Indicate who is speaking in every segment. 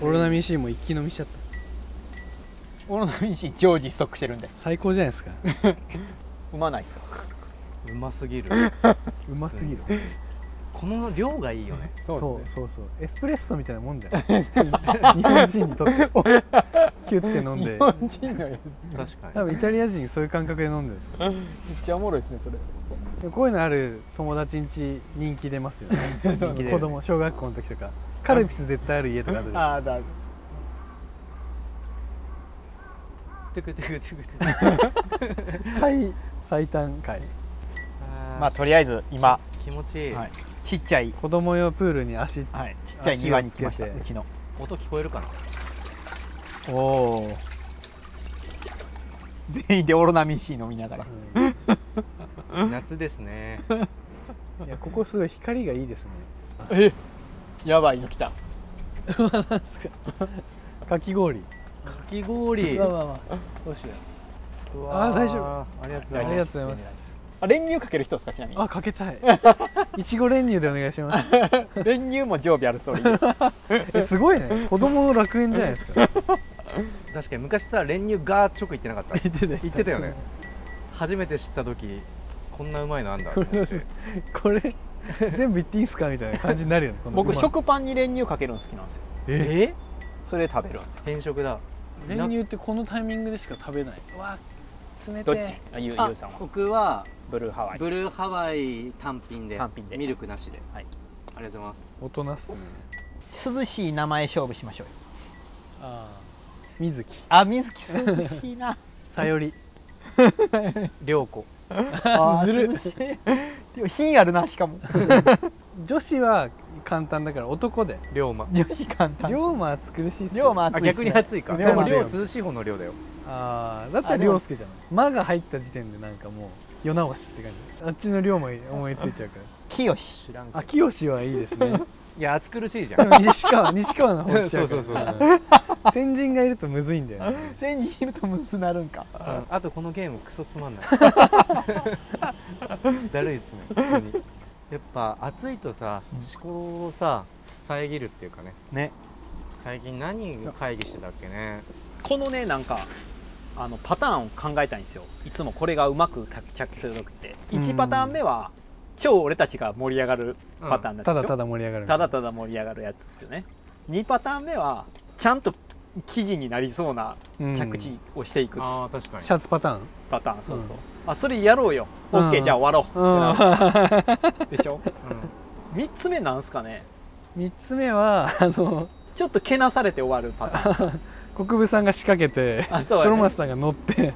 Speaker 1: オロナミン C も一気飲みしちゃった
Speaker 2: オロナミン C 常時ストックしてるんで
Speaker 1: 最高じゃないですか
Speaker 2: 産まないですか
Speaker 3: うますぎる
Speaker 1: うますぎる、
Speaker 3: この量がいいよね
Speaker 1: そう
Speaker 2: そ
Speaker 1: そうう
Speaker 2: ですね
Speaker 1: そうエスプレッソみたいなもんじゃん日本人にとってキュッて飲ん
Speaker 2: 日
Speaker 1: で
Speaker 2: 本人のやつ
Speaker 3: 確かに
Speaker 1: 多分イタリア人そういう感覚で飲んでる
Speaker 2: めっちゃおもろいですねそれ
Speaker 1: でもこういうのある友達ん家人気出ますよね
Speaker 3: 人気出る
Speaker 1: 子供小学校の時とかカルピス絶対ある家とかあるでしょ
Speaker 2: ああだる
Speaker 3: トゥクトゥクトゥクトゥク
Speaker 1: 最最短回
Speaker 3: あー
Speaker 2: まあとりあえず今、
Speaker 3: 気持ちいい、
Speaker 2: はいちっちゃい、
Speaker 1: 子供用プールに足
Speaker 2: はい、ちっちゃい庭に来ました
Speaker 1: 足をつ
Speaker 2: う
Speaker 1: けて
Speaker 2: ちの
Speaker 3: 音聞こえるかな
Speaker 2: おお全員でオロナミン C 飲みながら
Speaker 3: 夏ですね
Speaker 1: いやここすごい光がいいですね
Speaker 2: えやばいの来た
Speaker 1: かき氷
Speaker 3: かき氷
Speaker 1: まあまあまあどうしよ
Speaker 3: うわー
Speaker 1: あー大丈夫
Speaker 3: ありがとう
Speaker 1: うあ
Speaker 3: ござい
Speaker 1: り
Speaker 3: ま
Speaker 1: が
Speaker 3: す
Speaker 1: とうございます
Speaker 2: あ練乳かける人ですかちなみに
Speaker 1: あかけたいいちご練乳でお願いします
Speaker 2: 練乳も常備あるそういう
Speaker 1: えすごいね子供の楽園じゃないですか
Speaker 3: 確かに昔さ練乳ガーチョク言ってなかった
Speaker 1: 言ってた
Speaker 3: 言ってたよね初めて知った時こんなうまいのあんだと思って
Speaker 1: これ全部言っていいんすかみたいな感じになるよねこの
Speaker 2: 僕
Speaker 1: うまい
Speaker 2: 食パンに練乳かけるの好きなんですよ
Speaker 1: え
Speaker 3: え
Speaker 2: それで食べるんですよ
Speaker 3: 変色だ
Speaker 4: 練乳ってこのタイミングでしか食べないうわ冷て
Speaker 2: どっ
Speaker 4: え
Speaker 2: ちあゆうゆ
Speaker 5: あ
Speaker 2: うさんは
Speaker 5: 僕は
Speaker 2: ブルーハワイ
Speaker 5: ブルーハワイ単品で
Speaker 2: 単品で
Speaker 5: ミルクなしで、
Speaker 2: はい
Speaker 5: ありがとうございます
Speaker 1: 大人っすね
Speaker 2: 涼しい名前勝負しましょうよ
Speaker 1: あ水木
Speaker 2: あ水木涼しいな
Speaker 1: さより
Speaker 3: 涼子
Speaker 2: あ ずる品あるなしかも
Speaker 1: 女子は簡単だから男で
Speaker 3: 龍馬
Speaker 2: 女子簡単
Speaker 1: 龍馬は作るしっす
Speaker 2: 龍
Speaker 1: よ
Speaker 2: 馬暑
Speaker 3: あ
Speaker 2: いです
Speaker 3: 逆
Speaker 2: ね
Speaker 3: に暑いか
Speaker 1: 龍
Speaker 3: で
Speaker 1: 馬
Speaker 3: も涼涼しい方の涼だよ
Speaker 1: ああだったら涼介じゃない「間」が入った時点でなんかもう世直しって感じあっちの龍馬思いついちゃうか
Speaker 2: 清し
Speaker 3: 知らん
Speaker 1: らあ清はいいですね
Speaker 3: いや暑苦しいじゃ
Speaker 1: で
Speaker 3: ん
Speaker 1: も西川西川の方来ちゃうから
Speaker 3: そうそうそう
Speaker 1: うん先人がいるとむずいんだよね
Speaker 2: 全人いるとむずなるんか
Speaker 3: あとこのゲームクソつまん ないだるいですね普通にやっぱ暑いとさ思考をさ遮るっていうかね
Speaker 2: ね
Speaker 3: 最近何会議してたっけね
Speaker 2: このねなんかあのパターンを考えたいんですよいつもこれがうまく着着する時って1パターン目は超俺たちが盛り上がるパターンなんです
Speaker 1: た
Speaker 2: よ、
Speaker 1: だただ盛り上がる
Speaker 2: ただただ盛り上がるやつですよね2パターン目はちゃんと記事になりそうな
Speaker 1: うん
Speaker 2: 着地をしていく
Speaker 3: ああ確かに
Speaker 1: シャツパターン
Speaker 2: パターンそうそう
Speaker 1: う、
Speaker 2: あそれやろうよ
Speaker 1: うん
Speaker 2: OK、じゃあ終わろうってなるでしょ
Speaker 3: う
Speaker 2: 3つ目なんすかね
Speaker 1: 3つ目はあの
Speaker 2: ちょっとけなされて終わるパターン
Speaker 1: 国分さんが仕掛けて
Speaker 2: あそうやね
Speaker 1: トロマスさんが乗って
Speaker 3: ん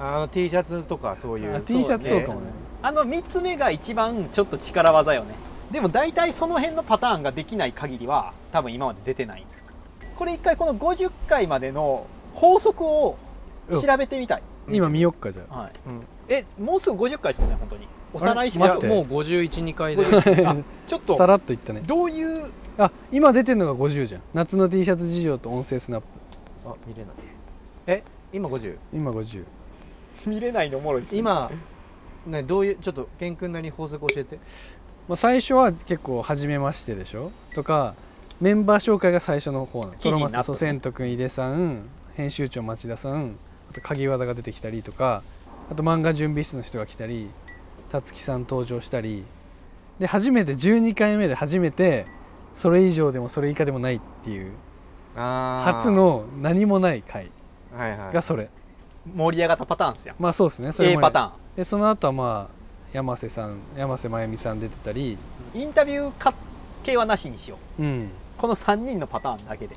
Speaker 3: あの T シャツとかそういう
Speaker 1: あ T シャツそうかもね
Speaker 2: あの3つ目が一番ちょっと力技よねでも大体その辺のパターンができない限りは多分今まで出てないんですよこれ一回この50回までの法則を調べてみたい、
Speaker 1: 今見よっかじゃ
Speaker 2: はい
Speaker 3: うん
Speaker 2: えもうすぐ50回ですもんね本当におさらいし
Speaker 3: い
Speaker 2: まし
Speaker 3: や
Speaker 1: あ
Speaker 2: ょう
Speaker 1: れ
Speaker 3: もう512回 で
Speaker 2: あちょっ
Speaker 1: あさ
Speaker 2: と
Speaker 1: らっといったね
Speaker 2: どういう
Speaker 1: あ今出てるのが50じゃん夏の T シャツ事情と音声スナップ
Speaker 3: あ見れないえ今50
Speaker 1: 今50
Speaker 2: 見れないのおもろいですね
Speaker 3: 今ねどういうちょっとケン君なりに法則教えて
Speaker 1: まあ、最初は結構初めましてでしょとかメンバー紹介が最初の方なの
Speaker 2: 記
Speaker 1: ト
Speaker 2: 事
Speaker 1: ロ
Speaker 2: に
Speaker 1: マ
Speaker 2: なったね
Speaker 1: スソセント君井出さん編集長町田さんあと鍵和田が出てきたりとかあと漫画準備室の人が来たりたつきさん登場したりで初めて12回目で初めてそれ以上でもそれ以下でもないっていう
Speaker 3: あー
Speaker 1: 初の何もない回
Speaker 3: はいはい
Speaker 1: がそれ
Speaker 2: 盛り上がったパターンですよ
Speaker 1: まあそうですねそれ
Speaker 2: A
Speaker 1: も
Speaker 2: パタ
Speaker 1: でその後はまあ山瀬さん山瀬まゆみさん出てたり
Speaker 2: ーンインタビューか系はなしにしよう
Speaker 1: うん
Speaker 2: この3人のパターンだけで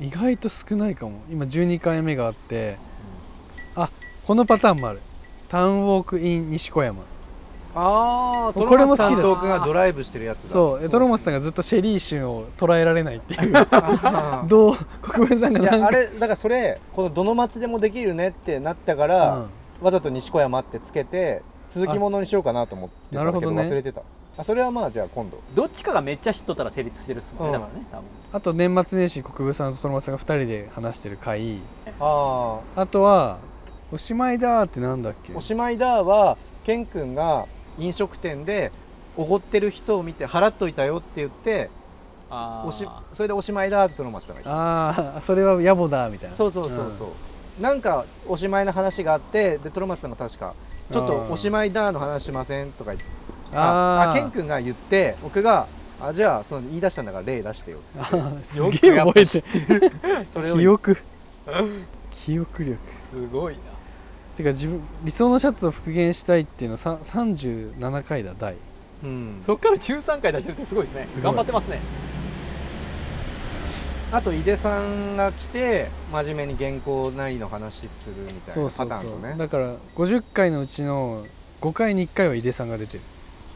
Speaker 1: 意外と少ないかも今12回目があって、あこのパターンもあるタウンウォークイン西小山
Speaker 3: ああ、
Speaker 1: これも好きだ
Speaker 3: トロマツさんと奥がドライブしてるやつだ。
Speaker 1: そうえトロモスさん
Speaker 3: が。
Speaker 1: がずっとシェリーシュンを捉えられないっていう
Speaker 3: あー
Speaker 1: どう国分さんが
Speaker 3: い
Speaker 1: なん
Speaker 3: や
Speaker 1: か
Speaker 3: あれだからそれこのどの町でもできるねってなったか
Speaker 1: う
Speaker 3: ら、
Speaker 1: ん
Speaker 3: わざと西小山ってつけて続きものにしようかなと思ってたんだけど
Speaker 1: なるほどね
Speaker 3: 忘れてた。あそれはまあじゃあ今度。
Speaker 2: どっちかがめっちゃ知っとったら成立してるっすもんね、
Speaker 3: うん
Speaker 2: だからね多分
Speaker 1: あと年末年始国分さんとトロモスさんが2人で話してる回
Speaker 3: あ
Speaker 1: あとは「おしまいだ」ってなんだっけ
Speaker 3: あ、おしまいだはケン君が飲食店でおごってる人を見て払っといたよって言って
Speaker 2: あー
Speaker 3: おしそれでおしまいだってトロマツさんが言っ
Speaker 1: ああそれは野暮だみたい
Speaker 3: た
Speaker 1: な
Speaker 3: そうそうそうそう、なんかおしまいの話があってでトロマツさんが確か「ちょっとおしまいだ」の話しませんとか言ってあ
Speaker 1: あ
Speaker 3: あ
Speaker 1: あ
Speaker 3: ケン君が言って僕があじゃあその言い出したんだから例出してよっつっ
Speaker 1: あー す
Speaker 2: よく
Speaker 1: げえ
Speaker 2: やっ
Speaker 1: 覚
Speaker 2: ぱ
Speaker 1: え
Speaker 2: 知
Speaker 1: て
Speaker 2: っ
Speaker 1: る
Speaker 3: てそれを
Speaker 1: 記憶記憶力
Speaker 2: すごいな
Speaker 1: てか自分理想のシャツを復元したいっていうのさ37回だ第
Speaker 3: うん、
Speaker 2: そっから13回出してるってすごいですね
Speaker 1: すごい
Speaker 2: 頑張ってますね
Speaker 3: あと井出さんが来て真面目に原稿なりの話するみたい
Speaker 1: そ
Speaker 3: な
Speaker 1: うそ
Speaker 3: パ
Speaker 1: う
Speaker 3: ターン
Speaker 1: そ
Speaker 3: と
Speaker 1: う、
Speaker 3: ね
Speaker 1: だから50回のうちの5回に1回は井出さんが出てる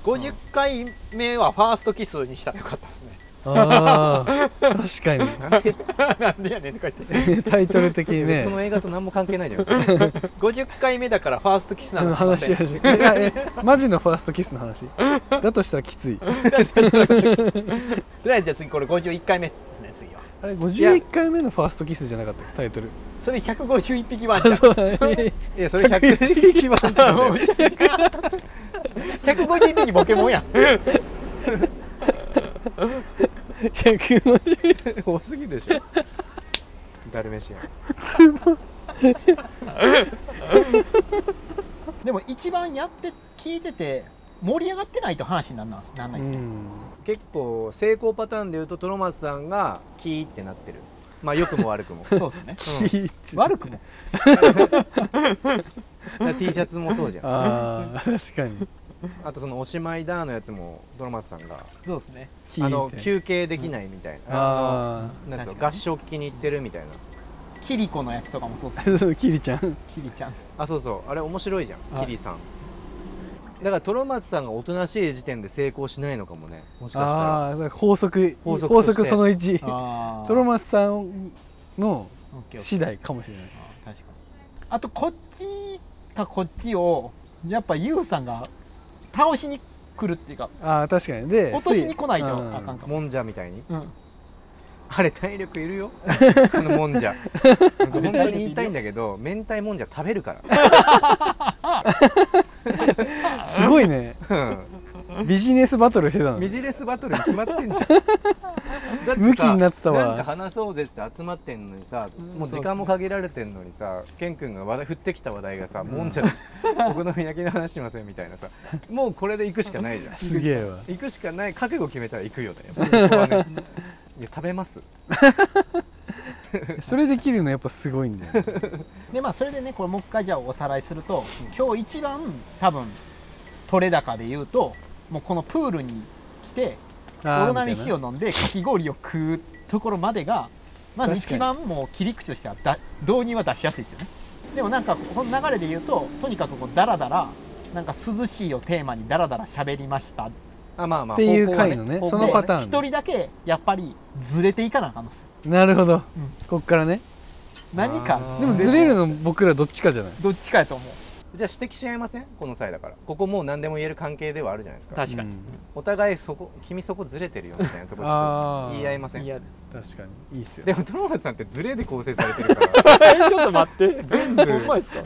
Speaker 2: 50回目はファーストキスにしたらよかったですね
Speaker 1: ああ確かに
Speaker 3: なんて
Speaker 2: なんでやねんとか言って
Speaker 1: タイトル的にね
Speaker 3: その映画と何も関 係ないじゃん
Speaker 2: 50回目だからファーストキスな
Speaker 1: あ
Speaker 2: の
Speaker 1: の話
Speaker 2: しません
Speaker 1: 話いやえマジのファーストキスの話だとしたらきつい
Speaker 2: とりあえずじゃあ次これ51回目ですね次は
Speaker 1: あれ51回目のファーストキスじゃなかったっけタイトル
Speaker 2: それ151匹ワンちゃん
Speaker 1: そうだね
Speaker 3: いやそれ100匹はなんて言うんだよ
Speaker 2: 151匹ポケモンやん
Speaker 1: 150
Speaker 3: 多すぎるでしょ誰飯や
Speaker 2: でも一番やって聞いてて盛り上がってないと話になんなんなんな
Speaker 1: う
Speaker 2: いですね、
Speaker 1: ん
Speaker 3: 結構成功パターンでいうとトロマツさんがキーってなってるまあ良くも 悪くも
Speaker 2: そうですね
Speaker 1: きつい
Speaker 2: 悪くも
Speaker 3: だから T シャツもそうじゃんあ
Speaker 1: ああ確かに
Speaker 3: とその「おしまいだ」のやつもトロマツさんが
Speaker 2: そうですね
Speaker 1: き
Speaker 3: あの
Speaker 1: みたいな
Speaker 3: 休憩できないみたいなあ
Speaker 1: あ
Speaker 3: のな
Speaker 2: 確
Speaker 3: んか
Speaker 2: かに
Speaker 3: 合唱聞きに行ってるみたいな
Speaker 2: キリコのやつとかもそうですね
Speaker 1: あ そうキリちゃん
Speaker 2: キリちゃん
Speaker 3: あそうそうあれ面白いじゃ
Speaker 1: あ
Speaker 3: んキリさんだからトロマツさんがおとなしい時点で成功しないのかもねもしかしたら
Speaker 1: ああー法則
Speaker 3: 法則として
Speaker 1: 法則その1
Speaker 2: あ
Speaker 1: トロマスさんの
Speaker 2: オッケーオッケー
Speaker 1: 次第かもしれない
Speaker 2: あ確かにあとこっちかこっちをやっぱユウさんが倒しに来るっていうか
Speaker 1: ああ確かにで
Speaker 2: 落としに来ないと
Speaker 1: うん
Speaker 2: あかんかも、
Speaker 3: もんじゃみたいに
Speaker 2: うん、
Speaker 3: あれ体力いる よあのもんじゃ 本当に言いたいんだけど明太もんじゃ食べるか
Speaker 1: すごいね
Speaker 3: ら うん
Speaker 1: ビジネスバトルしてたの
Speaker 3: ビジネスバトルに決まって んじゃんだってさ
Speaker 1: ムキになってたわ
Speaker 3: なんか話そうぜって集まってんのにさもう時間も限られてんのにさケン君が話題振ってきた話題がさ、もんじゃで お好み焼きの話しませんみたいなさもうこれで行くしかないじゃん
Speaker 1: すげえわ
Speaker 3: 行くしかない覚悟決めたら行 くよねここはねいや食べます
Speaker 1: それできるのやっぱすごいんだよね
Speaker 2: でまあそれでねこれもう一回じゃあおさらいすると、今日一番多分取れ高で言うともうこのプールに来てオ
Speaker 1: あー
Speaker 2: ロナミ
Speaker 1: みたい
Speaker 2: シを飲んでかき氷を食うところまでがまず一番もう切り口としてはだ導入は出しやすいですよねでもなんかこの流れで言うととにかくこうダラダラなんか涼しいをテーマにダラダラ喋りました
Speaker 3: あまあま
Speaker 1: っ
Speaker 3: あ
Speaker 1: ていう
Speaker 3: 方向は
Speaker 1: 回のね
Speaker 3: 方向
Speaker 1: そ
Speaker 3: は
Speaker 1: のパターン
Speaker 2: 一人だけやっぱりずれていかなあかんのですよ
Speaker 1: なるほど、こっからね
Speaker 2: 何か
Speaker 3: あー
Speaker 1: でもずれるの僕らどっちかじゃない
Speaker 2: どっちかやと思う
Speaker 3: じゃあ指摘し合いませんこの際だからここもう何でも言える関係ではあるじゃないですか
Speaker 2: 確かに、
Speaker 1: うん
Speaker 3: お互いそこ君そこずれてるよみたいなところちょ
Speaker 1: あ
Speaker 3: っと
Speaker 1: ー
Speaker 3: 言い合いません
Speaker 2: いや
Speaker 1: 確かにいいっすよ
Speaker 3: でもトロマツさんってズレで構成されてるから
Speaker 2: ちょっと待って全部
Speaker 3: ほんま
Speaker 2: ですか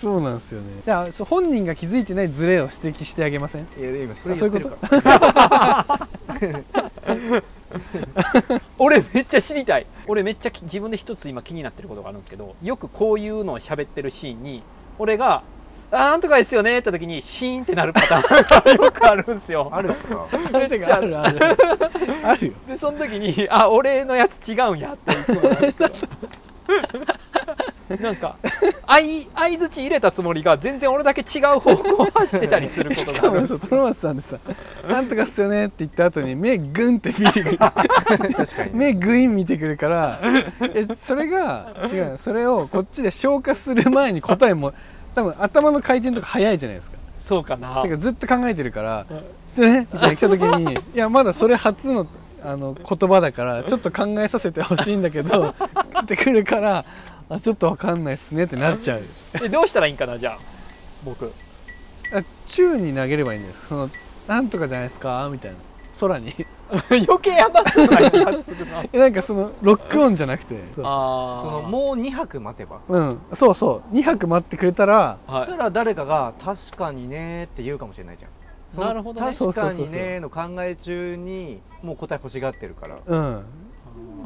Speaker 1: そうなんですよねいやそう本人が気づいてないズレを指摘してあげません
Speaker 3: いや今そ
Speaker 1: れ言ってるから
Speaker 2: 俺めっちゃ知りたい俺めっちゃき自分で一つ今気になってることがあるんですけどよくこういうのを喋ってるシーンに俺が「あーなんとかですよね」って時にシーンってなるパターンがよくあるんですよ
Speaker 3: あるか
Speaker 1: あ
Speaker 2: めっちゃある
Speaker 1: るあるあるよ
Speaker 2: でその時に「あ俺のやつ違うんや」っていつもなるからなんか相相づち入れたつもりが全然俺だけ違う方向を走ってたりするこ
Speaker 1: し
Speaker 2: と
Speaker 1: か
Speaker 2: があ
Speaker 1: も
Speaker 2: る
Speaker 1: そうトロマスさんでさ「なんとかっすよね」って言った後に目グンって見てくる
Speaker 3: 確かにね
Speaker 1: 目グイン見てくるからえそれが違うのそれをこっちで消化する前に答えも多分頭の回転とか早いじゃないですか
Speaker 2: そうかな
Speaker 1: てかずっと考えてるから「すよね」みたいな来た時に「いやまだそれ初のあの言葉だからちょっと考えさせてほしいんだけど」ってくるから「あちょっとわかんないっすね」ってなっちゃう
Speaker 2: えどうしたらいいんかなじゃあ僕
Speaker 1: あ宙に投げればいいんじゃないですかその「なんとかじゃないですか」みたいな空に
Speaker 2: 余計やばそうな気がするな
Speaker 1: えなんかそのロックオンじゃなくてそう
Speaker 2: あ
Speaker 3: そのもう2泊待てば
Speaker 1: うんそうそう2泊待ってくれたら
Speaker 2: は
Speaker 3: そしたら誰かが「確かにね」って言うかもしれないじゃんその
Speaker 4: なるほどね
Speaker 3: 確か
Speaker 1: そうそう
Speaker 3: に
Speaker 1: そうそ
Speaker 3: ねの考え中にもう答え欲しがってるから
Speaker 1: うん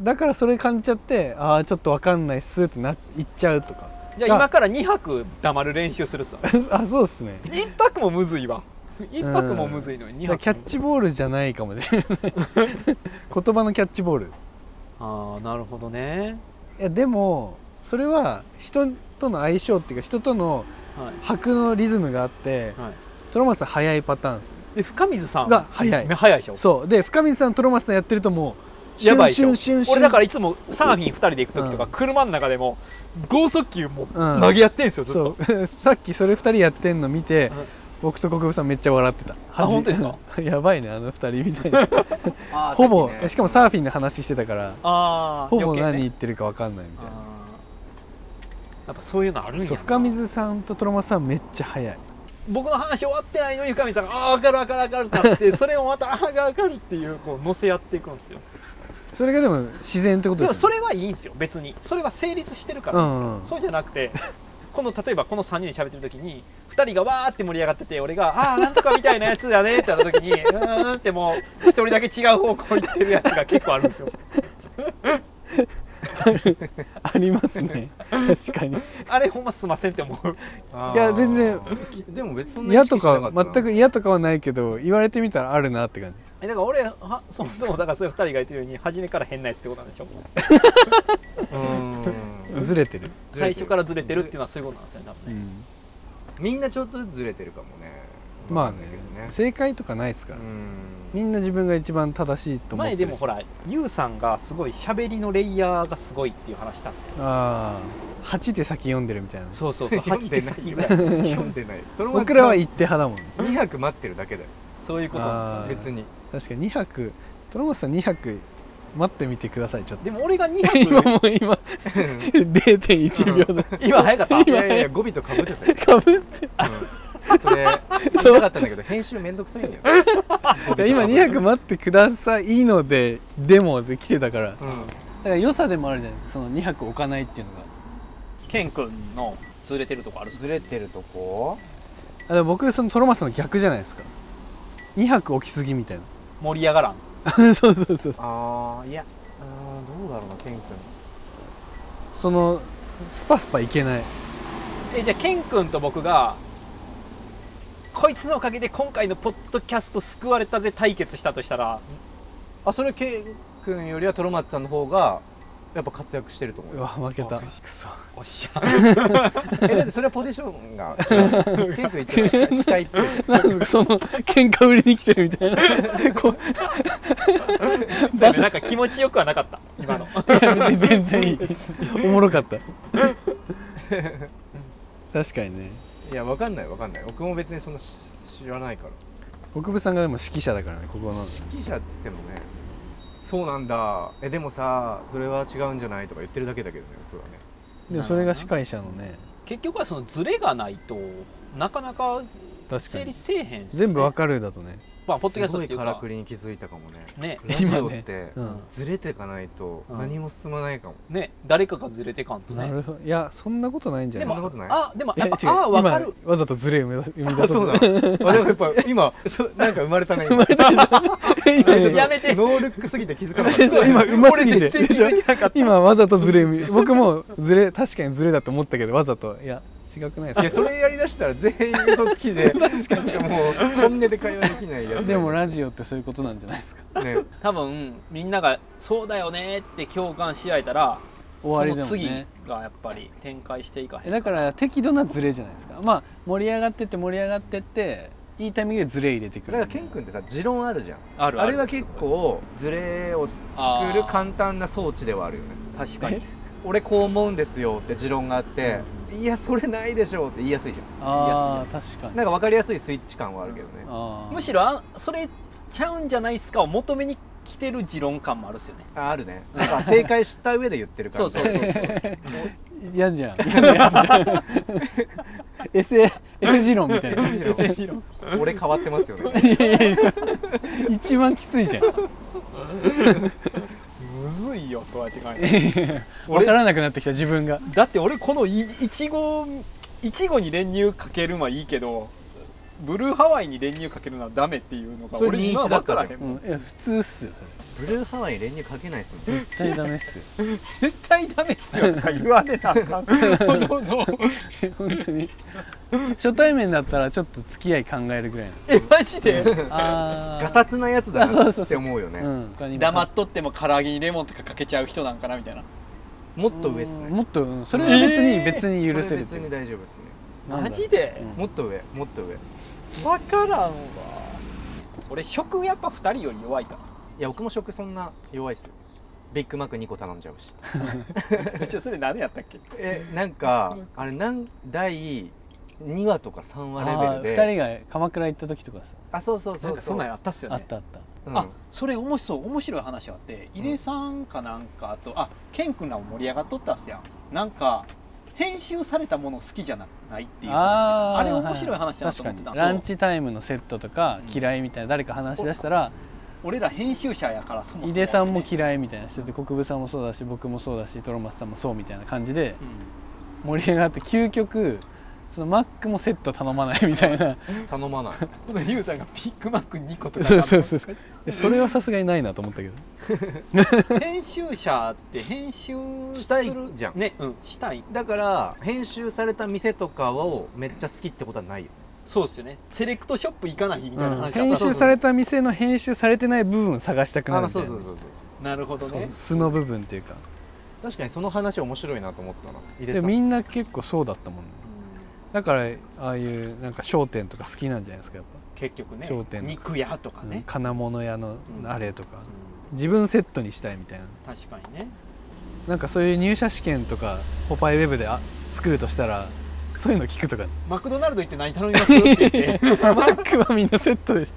Speaker 1: だからそれ感じちゃってああちょっとわかんないっすってな言っちゃうとか
Speaker 2: じゃあ今から2泊黙る練習するさ
Speaker 1: あそうっすね
Speaker 2: 1泊もむずいわ1泊もむずいのに2
Speaker 1: だからキ
Speaker 2: 泊
Speaker 1: ャッチボールじゃないかもしれない言葉のキャッチボール
Speaker 2: ああなるほどね
Speaker 1: いやでもそれは人との相性っていうか人との
Speaker 2: はい
Speaker 1: 拍のリズムがあって、
Speaker 2: はい
Speaker 1: トロマスさん速いパターンです
Speaker 2: で深水さん
Speaker 1: が速い
Speaker 2: め早いでしょ
Speaker 1: そうで深水さんトロマスさんやってるともう
Speaker 2: やばいでし
Speaker 1: シ
Speaker 2: ょ
Speaker 1: ュンシュンシュンシュン
Speaker 2: 俺だからいつもサーフィン2人で行く時とか、
Speaker 1: う
Speaker 2: 車の中でも剛速球も
Speaker 1: うん
Speaker 2: 投げやってんですよ、ずっと
Speaker 1: そう さっきそれ2人やってんの見て、
Speaker 2: うん
Speaker 1: 僕と国分さんめっちゃ笑ってた
Speaker 2: あ本当ですか
Speaker 1: やばいねあの2人みた いな
Speaker 5: あー
Speaker 1: ほぼ
Speaker 5: さっきね
Speaker 1: しかもサーフィンの話してたから
Speaker 2: ああ
Speaker 1: ほぼ
Speaker 2: 余計
Speaker 1: 何
Speaker 2: ね
Speaker 1: 言ってるか分かんないみたいな、
Speaker 2: あーやっぱそういうのあるんやな
Speaker 1: そう深水さんとトロマスさんめっちゃ速い
Speaker 2: 僕の話終わってないのに深水さんが「ああ分かる分かる分かる」ってなってそれをまた「ああ分かる」っていうこう乗せ合っていくんですよ
Speaker 1: それがでも自然ってこと
Speaker 2: でも
Speaker 1: です
Speaker 2: そ
Speaker 1: よね
Speaker 2: れはいいんですよ別にそれは成立してるからなんですよ、
Speaker 1: うんうん
Speaker 2: そうじゃなくて この例えばこの3人で喋ってる時に2人がわーって盛り上がってて俺が「ああーなんとかみたいなやつだね」ってなった時に うーんってもう1人だけ違う方向行ってるやつが結構あるんです よ
Speaker 1: ありますね 確かに
Speaker 2: あれほんますんませんって思う
Speaker 1: いや全然
Speaker 3: でも別にそんな意
Speaker 1: 嫌
Speaker 3: 識
Speaker 1: と
Speaker 3: しなか
Speaker 1: か
Speaker 3: ったな
Speaker 1: 全く嫌とかはないけど言われてみたらあるなって感じ
Speaker 2: えだから俺はそもそもだからそういう2人が言ってるように初めから変なやつってことなんでしょ
Speaker 3: う ん
Speaker 1: ずれてる、
Speaker 3: ずれて
Speaker 2: 最
Speaker 3: る
Speaker 2: 初からずれてるっていうのはそういうことなんですよね多分ね
Speaker 3: みんなちょっとずつずれてるかもね
Speaker 1: ま
Speaker 3: わ
Speaker 1: あ
Speaker 3: かん
Speaker 1: ね
Speaker 3: ないけどね
Speaker 1: 正解とかないですから、
Speaker 3: うん
Speaker 1: みんな自分が一番正しいと思って
Speaker 2: 前
Speaker 1: る
Speaker 2: でもほ
Speaker 1: ら
Speaker 2: らユウさんがすごい喋りのレイヤーがすごいっていう話したんですよ
Speaker 1: ああ8手先読んでるみたいな
Speaker 2: そうそうそう
Speaker 3: 読ん
Speaker 2: 吐き
Speaker 3: で
Speaker 2: 手
Speaker 3: ない
Speaker 2: 先ぐらい
Speaker 3: 読んでないトロマツ
Speaker 1: 僕らは1手派だもんね
Speaker 3: 2泊待ってるだけだよ
Speaker 2: そういうことなんですよね
Speaker 1: あー確
Speaker 3: 別に
Speaker 1: かに2泊トロマスさん2泊待ってみてくださいちょっと
Speaker 2: でも俺が2
Speaker 1: 今
Speaker 2: 泊
Speaker 1: もう今0.1秒だ
Speaker 2: 今早かった
Speaker 3: いやいやいや語尾とかぶってたよ、
Speaker 1: かぶって
Speaker 3: うん、それ言いたかったんだけど編集めんどくさいんだよ
Speaker 1: た 今2泊待ってくださいいいのででもで来てたから
Speaker 3: うん
Speaker 4: だから良さでもあるじゃないその2泊置かないっていうのが
Speaker 2: ケン君のずれてるとこあるっす
Speaker 3: ずれてるとこ
Speaker 1: あでも僕そのトロマスの逆じゃないですか2泊置きすぎみたい
Speaker 2: 盛り上がらん
Speaker 1: なそうそうそう
Speaker 3: ああいやあーどうだろうなケン君
Speaker 1: そのスパスパいけない
Speaker 2: えじゃあケン君と僕がこいつのおかげで今回のポッドキャスト救われたぜ対決したとしたら
Speaker 3: あそれケン君よりはトロマツさんの方がやっぱ活躍してると思う
Speaker 1: う
Speaker 3: よ
Speaker 1: わ負けた
Speaker 2: あ
Speaker 1: くそ
Speaker 2: おっしゃ
Speaker 3: えだってそれはポジションが違うケン君一応司会司会っていう
Speaker 1: なんですかその喧嘩売りに来てるみたいなこ
Speaker 2: そうやねなんか気持ちよくはなかった今の
Speaker 1: ういや別に全然いいおもろかった確かにね
Speaker 3: いやわかんないわかんない僕も別にそんなし知らないから
Speaker 1: 国分さんがでも指揮者だからねここの
Speaker 3: 指揮者っつってもねそうなんだえでもさそれは違うんじゃないとか言ってるだけだけどね僕はね
Speaker 1: でもそれが司会者のね
Speaker 2: 結局はそのずれがないとなかなか
Speaker 1: 確か
Speaker 2: 成
Speaker 1: に
Speaker 2: 立せえへんっすね
Speaker 1: 全部わかるだとね
Speaker 2: まあポッドキャス
Speaker 3: す
Speaker 2: トっ
Speaker 3: ご
Speaker 2: てい
Speaker 3: いうから
Speaker 2: か
Speaker 3: くりに気づいたかもね
Speaker 2: ね
Speaker 3: ラジオって
Speaker 1: うん
Speaker 3: ずれていかないと
Speaker 2: うん
Speaker 3: 何も進まないかも、
Speaker 2: ね誰かがずれてかんと
Speaker 1: な
Speaker 2: ね
Speaker 1: るほどいやそんなことないんじゃ
Speaker 2: で
Speaker 1: ない
Speaker 2: も
Speaker 3: そんなことない
Speaker 2: あでも
Speaker 1: え
Speaker 2: やっぱ
Speaker 1: 違う
Speaker 2: ああ分かる
Speaker 1: 今わざとズレ生 み出生み出
Speaker 3: あそうなのあでもやっぱ今そなんか生まれたね今
Speaker 1: そう
Speaker 2: やめて
Speaker 3: ノールックすぎて気づかなかっ た
Speaker 1: そう今うますぎて
Speaker 2: 俺全然
Speaker 1: でしょ
Speaker 2: 気づいてなかった
Speaker 1: 今わざとズレみ僕もズレ確かにズレだと思ったけどわざといや違くない
Speaker 3: い
Speaker 1: で
Speaker 3: や
Speaker 1: すか
Speaker 3: それやりだしたら全員嘘つきで確かにもう本音で会話できないやつ
Speaker 4: でもラジオってそういうことなんじゃないですか
Speaker 3: ね
Speaker 2: 多分みんながそうだよねって共感し合えたら
Speaker 4: 終わりでも
Speaker 2: その
Speaker 4: ね
Speaker 2: 次がやっぱり展開していかへ
Speaker 4: え
Speaker 2: ん
Speaker 4: だから適度なズレじゃないですかまあ盛り上がってって盛り上がってっていいタイミングでズレ入れてく
Speaker 3: だか
Speaker 4: る
Speaker 3: らケン君ってさ持論あるじゃん
Speaker 2: ある
Speaker 3: あ
Speaker 2: ある
Speaker 3: れは結構ズレを作る簡単な装置ではあるよね
Speaker 2: 確かに
Speaker 3: 俺こう思うんですよって持論があって、いやそれないでしょうって言いやすいじ
Speaker 4: ああ確か
Speaker 3: ゃん
Speaker 4: に
Speaker 3: なんか分かりやすいスイッチ感はあるけどね
Speaker 4: あー
Speaker 2: むしろあそれちゃうんじゃないっすかを求めに来てる持論感もあるっすよね
Speaker 3: ああるねなんか正解知った上で言ってるから
Speaker 2: そう
Speaker 3: ね
Speaker 2: そうそうそう
Speaker 4: 嫌じゃん嫌なやつじゃん エセエセ持論みたいな
Speaker 3: 俺変わってますよ ね
Speaker 4: いやいやいやそれ一番きついじゃん
Speaker 2: むずいよそうやって考え
Speaker 4: 分からなくなってきた自分が
Speaker 2: だって俺このいいちごいちごに練乳かけるんはいいけどブルーハワイに練乳かけるのはダメっていうのが
Speaker 3: それ
Speaker 2: 俺今
Speaker 3: 21だ
Speaker 2: 分
Speaker 3: か
Speaker 2: かららへん
Speaker 1: う
Speaker 2: もん
Speaker 1: ん、いや普通っすよそれ
Speaker 5: ブルーハワイ練乳かけないですもん
Speaker 1: 絶対ダメっすよ
Speaker 2: 絶対ダメっすよとか言われたらあかんほどの
Speaker 1: 本当に初対面だったらちょっと付き合い考えるぐらいの
Speaker 2: えマジで
Speaker 1: あー
Speaker 3: ガサツなやつだなって思うよね
Speaker 1: うん他にも
Speaker 4: 黙っとっても唐揚げにレモンとかかけちゃう人なんかなみたいな
Speaker 3: もっと上っす
Speaker 1: うん
Speaker 3: ね
Speaker 1: もっと、うんそれは別に、
Speaker 2: えー
Speaker 1: 別に許せる
Speaker 3: それ別に大丈夫ですね
Speaker 1: なん
Speaker 2: マ
Speaker 1: だ
Speaker 2: ジで
Speaker 1: うん
Speaker 3: もっと上もっと上い
Speaker 2: 分からんわ俺食やっぱ2人より弱いか
Speaker 3: や僕も食そんな弱いっすよビッグマック2個頼んじゃうし
Speaker 2: ら ちょそれ何やったっけ
Speaker 3: えなんかあれなん第2話とか3話レベル
Speaker 1: あ
Speaker 3: で
Speaker 1: ー二人が鎌倉行った時とかさ
Speaker 3: あそうそう
Speaker 2: な
Speaker 3: そ
Speaker 2: ん
Speaker 3: う
Speaker 2: かそんなんやったっすよ
Speaker 1: あっ
Speaker 2: ね
Speaker 1: たあった
Speaker 3: うん
Speaker 4: あそれ面白そう面白い話があって入江さんかなんかと、あケン君らも盛り上がっとったっすやんなんか編集されたもの好きじゃなないっていう話
Speaker 1: あ
Speaker 4: あ
Speaker 1: ー
Speaker 4: れ面白い話だなと思ってたん
Speaker 1: 確かにラン
Speaker 4: そう
Speaker 1: チタイムのセットとか嫌いみたいな誰か話し出したら
Speaker 4: 俺ら編集者やからそもそも
Speaker 1: 井出さんも嫌いみたいな人で国分さんもそうだし僕もそうだしトロマスさんもそうみたいな感じで盛り上がって究極そのマックもセット頼まないみたいな
Speaker 3: 頼まない
Speaker 2: このリュウさんがビッグマック2個とか
Speaker 1: そうそうそうそうでそれはさすがにないなと思ったけど
Speaker 2: 編集者って編集する
Speaker 3: したいじゃん
Speaker 2: ねうんしたい
Speaker 3: だから編集された店とかをめっちゃ好きってことはないよ
Speaker 2: そうですよねセレクトショップ行かないみたいな話あった
Speaker 1: 編集された店の編集されてない部分探したくなる
Speaker 3: あ
Speaker 1: みた
Speaker 3: そ
Speaker 1: いうな
Speaker 3: そうそうそう
Speaker 2: なるほどね
Speaker 1: 素の部分っていうか
Speaker 3: 確かにその話面白いなと思ったな井出
Speaker 1: で
Speaker 3: さん
Speaker 1: みんな結構そうだったもんねだからああいうなんか商店とか好きなんじゃないですかやっ
Speaker 2: 結局ね
Speaker 1: 商店
Speaker 2: 肉屋とか
Speaker 1: ぱ、
Speaker 2: ね、
Speaker 1: 金物屋の
Speaker 2: うん
Speaker 1: あれとか、
Speaker 2: う
Speaker 1: 自分セットにしたいみたいなん
Speaker 2: 確かにね
Speaker 1: なんかそういう入社試験とかポパイウェブであ作るとしたらそういうの聞くとか
Speaker 2: マクドナルド行って何頼みますって言って
Speaker 1: マックはみんなセットでし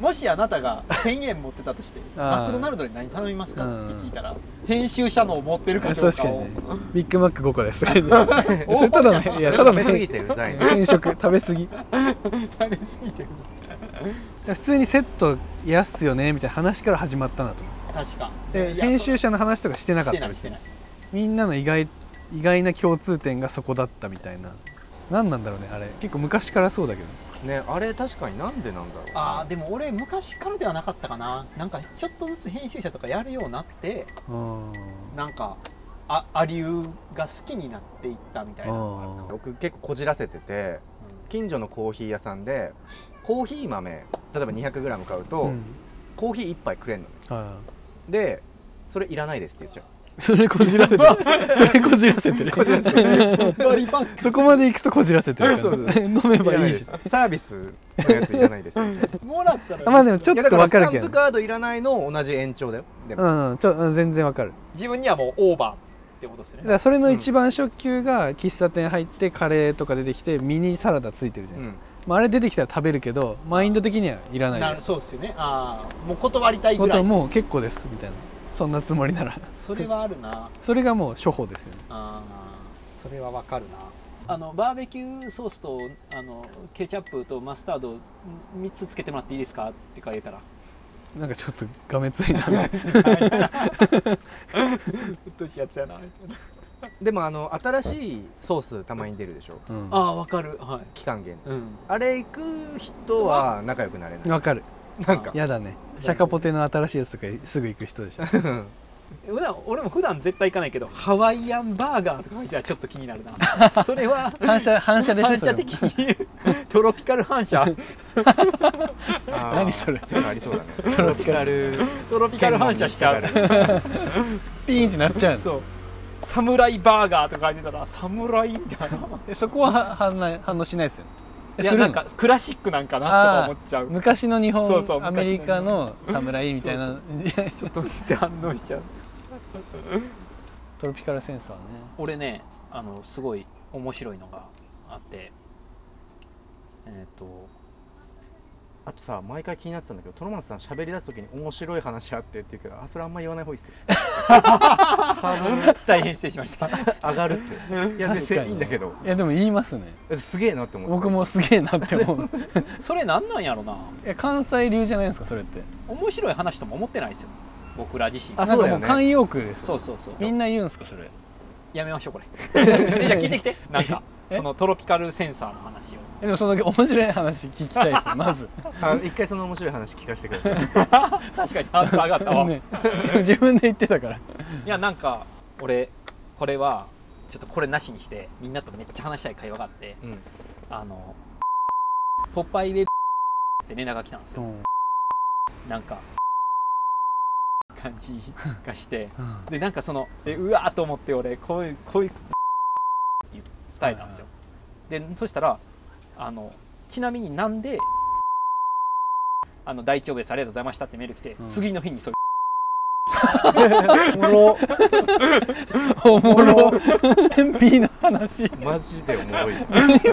Speaker 2: もしあなたが1000円持ってたとして
Speaker 1: あー
Speaker 2: マクドナルドに何頼みますかって聞いたら編集者のを持ってるかどう
Speaker 1: 確
Speaker 2: か
Speaker 1: かに
Speaker 2: を
Speaker 1: ね ビッグマック5個ですそれただのいやただの
Speaker 3: 食べ過ぎてうざいね
Speaker 1: 偏食食べ過ぎ
Speaker 2: 食べ過ぎてる
Speaker 1: 普通にセット安っすよねみたいな話から始まったなと思
Speaker 2: 確か
Speaker 1: って
Speaker 2: いや
Speaker 1: 編集者の話とかしてなか
Speaker 2: そ
Speaker 1: っ
Speaker 2: うして
Speaker 1: たみ
Speaker 2: ないしたて
Speaker 1: い
Speaker 2: な
Speaker 1: ないみんなの意外意外な共通点がそこだったみたいな何なんだろうねあれ結構昔からそうだけど
Speaker 3: ねあれ確かになんでなんだろう
Speaker 2: ああでも俺昔からではなかったかななんかちょっとずつ編集者とかやるようになって
Speaker 1: うん
Speaker 2: なんかあアリューが好きになっていったみたいなのがあるかも
Speaker 3: 僕結構こじらせてて近所のコーヒー屋さんでコーヒー豆例えば 200g 買うと、
Speaker 1: うん
Speaker 3: コーヒー1杯くれんの
Speaker 1: あ
Speaker 3: でそれいらないですって言っち ゃう
Speaker 1: ーそれこじらせてるそれこじらせてる
Speaker 2: バリバッ
Speaker 1: そこまで行くとこじらせてるから
Speaker 3: そうそう
Speaker 1: 飲めば
Speaker 3: らない
Speaker 1: い
Speaker 3: で
Speaker 1: し
Speaker 3: すサービスのやついらないですみ たいな
Speaker 2: もらったら
Speaker 1: まあでもちょっ
Speaker 3: いやだ
Speaker 1: と
Speaker 3: か
Speaker 1: 分
Speaker 3: らス
Speaker 1: か
Speaker 3: タ
Speaker 1: る
Speaker 3: ン
Speaker 1: けど
Speaker 3: プカードいらないの同じ延長だよでも、
Speaker 1: うんうんちょうん全然分かる
Speaker 2: 自分にはもうオーバーってことですよ
Speaker 1: だ
Speaker 2: ね
Speaker 1: からそれの一番初級が喫茶店入ってカレーとか出てきてミニサラダついてるじゃないですか、まあ、あれ出てきたら食べるけどマインド的にはいらない
Speaker 2: な
Speaker 1: で
Speaker 2: る
Speaker 1: す
Speaker 2: そうですよねああもう断りたい
Speaker 1: こ
Speaker 2: ぐ
Speaker 1: と
Speaker 2: ら
Speaker 1: はいもう結構ですみたいなそんなつもりなら
Speaker 2: それはあるな
Speaker 1: それがもう処方ですよね
Speaker 2: あーそれはわかるなあのバーベキューソースとあのケチャップとマスタード3つつけてもらっていいですかってか言えたら
Speaker 1: なんかちょっとがめつい な
Speaker 2: うっとうしいやつやな
Speaker 3: でもあの新しいソースたまに出るでしょ
Speaker 1: うん
Speaker 2: ああわかるはい
Speaker 3: 期間限定
Speaker 2: うん
Speaker 3: あれ行く人は仲良くなれない
Speaker 1: わかる
Speaker 3: なんか
Speaker 1: やだねシャカポテの新しいやつとかすぐ行く人でしょ
Speaker 2: 普段俺も普段絶対行かないけどハワイアンバーガーとか書いたらちょっと気になる なそれは
Speaker 1: 反射反射でしょ
Speaker 2: 反
Speaker 1: それ
Speaker 2: 射
Speaker 1: も
Speaker 2: 的にトロピカル反射
Speaker 3: 何
Speaker 1: それ
Speaker 3: そういうのありそうだねトロピカル
Speaker 2: トロピカル反射しちゃう
Speaker 1: ピーンってなっちゃう
Speaker 2: そうサムライバーガーとか書いてたらサムライみたいな
Speaker 1: のそこはは反応反応しないですよねえ
Speaker 2: いや
Speaker 1: するの
Speaker 2: なんかクラシックなんかなとか思っちゃう
Speaker 1: 昔の日本
Speaker 2: そうそう
Speaker 1: ア
Speaker 2: 昔の
Speaker 1: メリカの侍みたいな
Speaker 2: ちょっとって反応しちゃう
Speaker 1: トロピカルセンサーね
Speaker 2: 俺ねあのすごい面白いのがあってえっ、と
Speaker 3: あとさ毎回気になってたんだけどトロマツさん喋り出す時に面白い話あってって言うけどあそれあんま言わない方がいいっすよハ
Speaker 2: 大変失礼しました
Speaker 3: ードル上がるっすよいや全然いいんだけど
Speaker 1: いやでも言いますね
Speaker 3: すげえなって思って
Speaker 1: 僕もすげえなって思 う
Speaker 2: それなんなんやろない
Speaker 1: や関西流じゃないですかそれって
Speaker 2: 面白い話とも思ってないですよ僕ら自身
Speaker 3: あそうだよね
Speaker 1: なんかも慣用句です
Speaker 2: そうそうそう
Speaker 1: みんな言うんですかそれ
Speaker 2: やめましょうこれえじゃあ聞いてきてなんか
Speaker 1: え
Speaker 2: そのトロピカルセンサーの話を
Speaker 1: でもその面白い話聞きたいですまず
Speaker 3: あ一回その面白い話聞かせてください
Speaker 2: 確かにハードル上がった わ、
Speaker 1: ね自分で言ってたから
Speaker 2: いやなんか俺これはちょっとこれなしにしてみんなとめっちゃ話したい会話があって
Speaker 3: うん
Speaker 2: あのポパイでって連絡が来たんです
Speaker 1: う
Speaker 2: よ
Speaker 1: ん、うん
Speaker 2: なんか感じがしてでなんかそのでうわーと思って俺こういうこういうって伝えたんですよでそしたらあのちなみになんであの大腸ですありがとうございましたってメール来て、
Speaker 1: うん
Speaker 2: 次の日にそういう
Speaker 3: おもろ
Speaker 1: おもろ MP の話
Speaker 3: マジでおもろいじゃん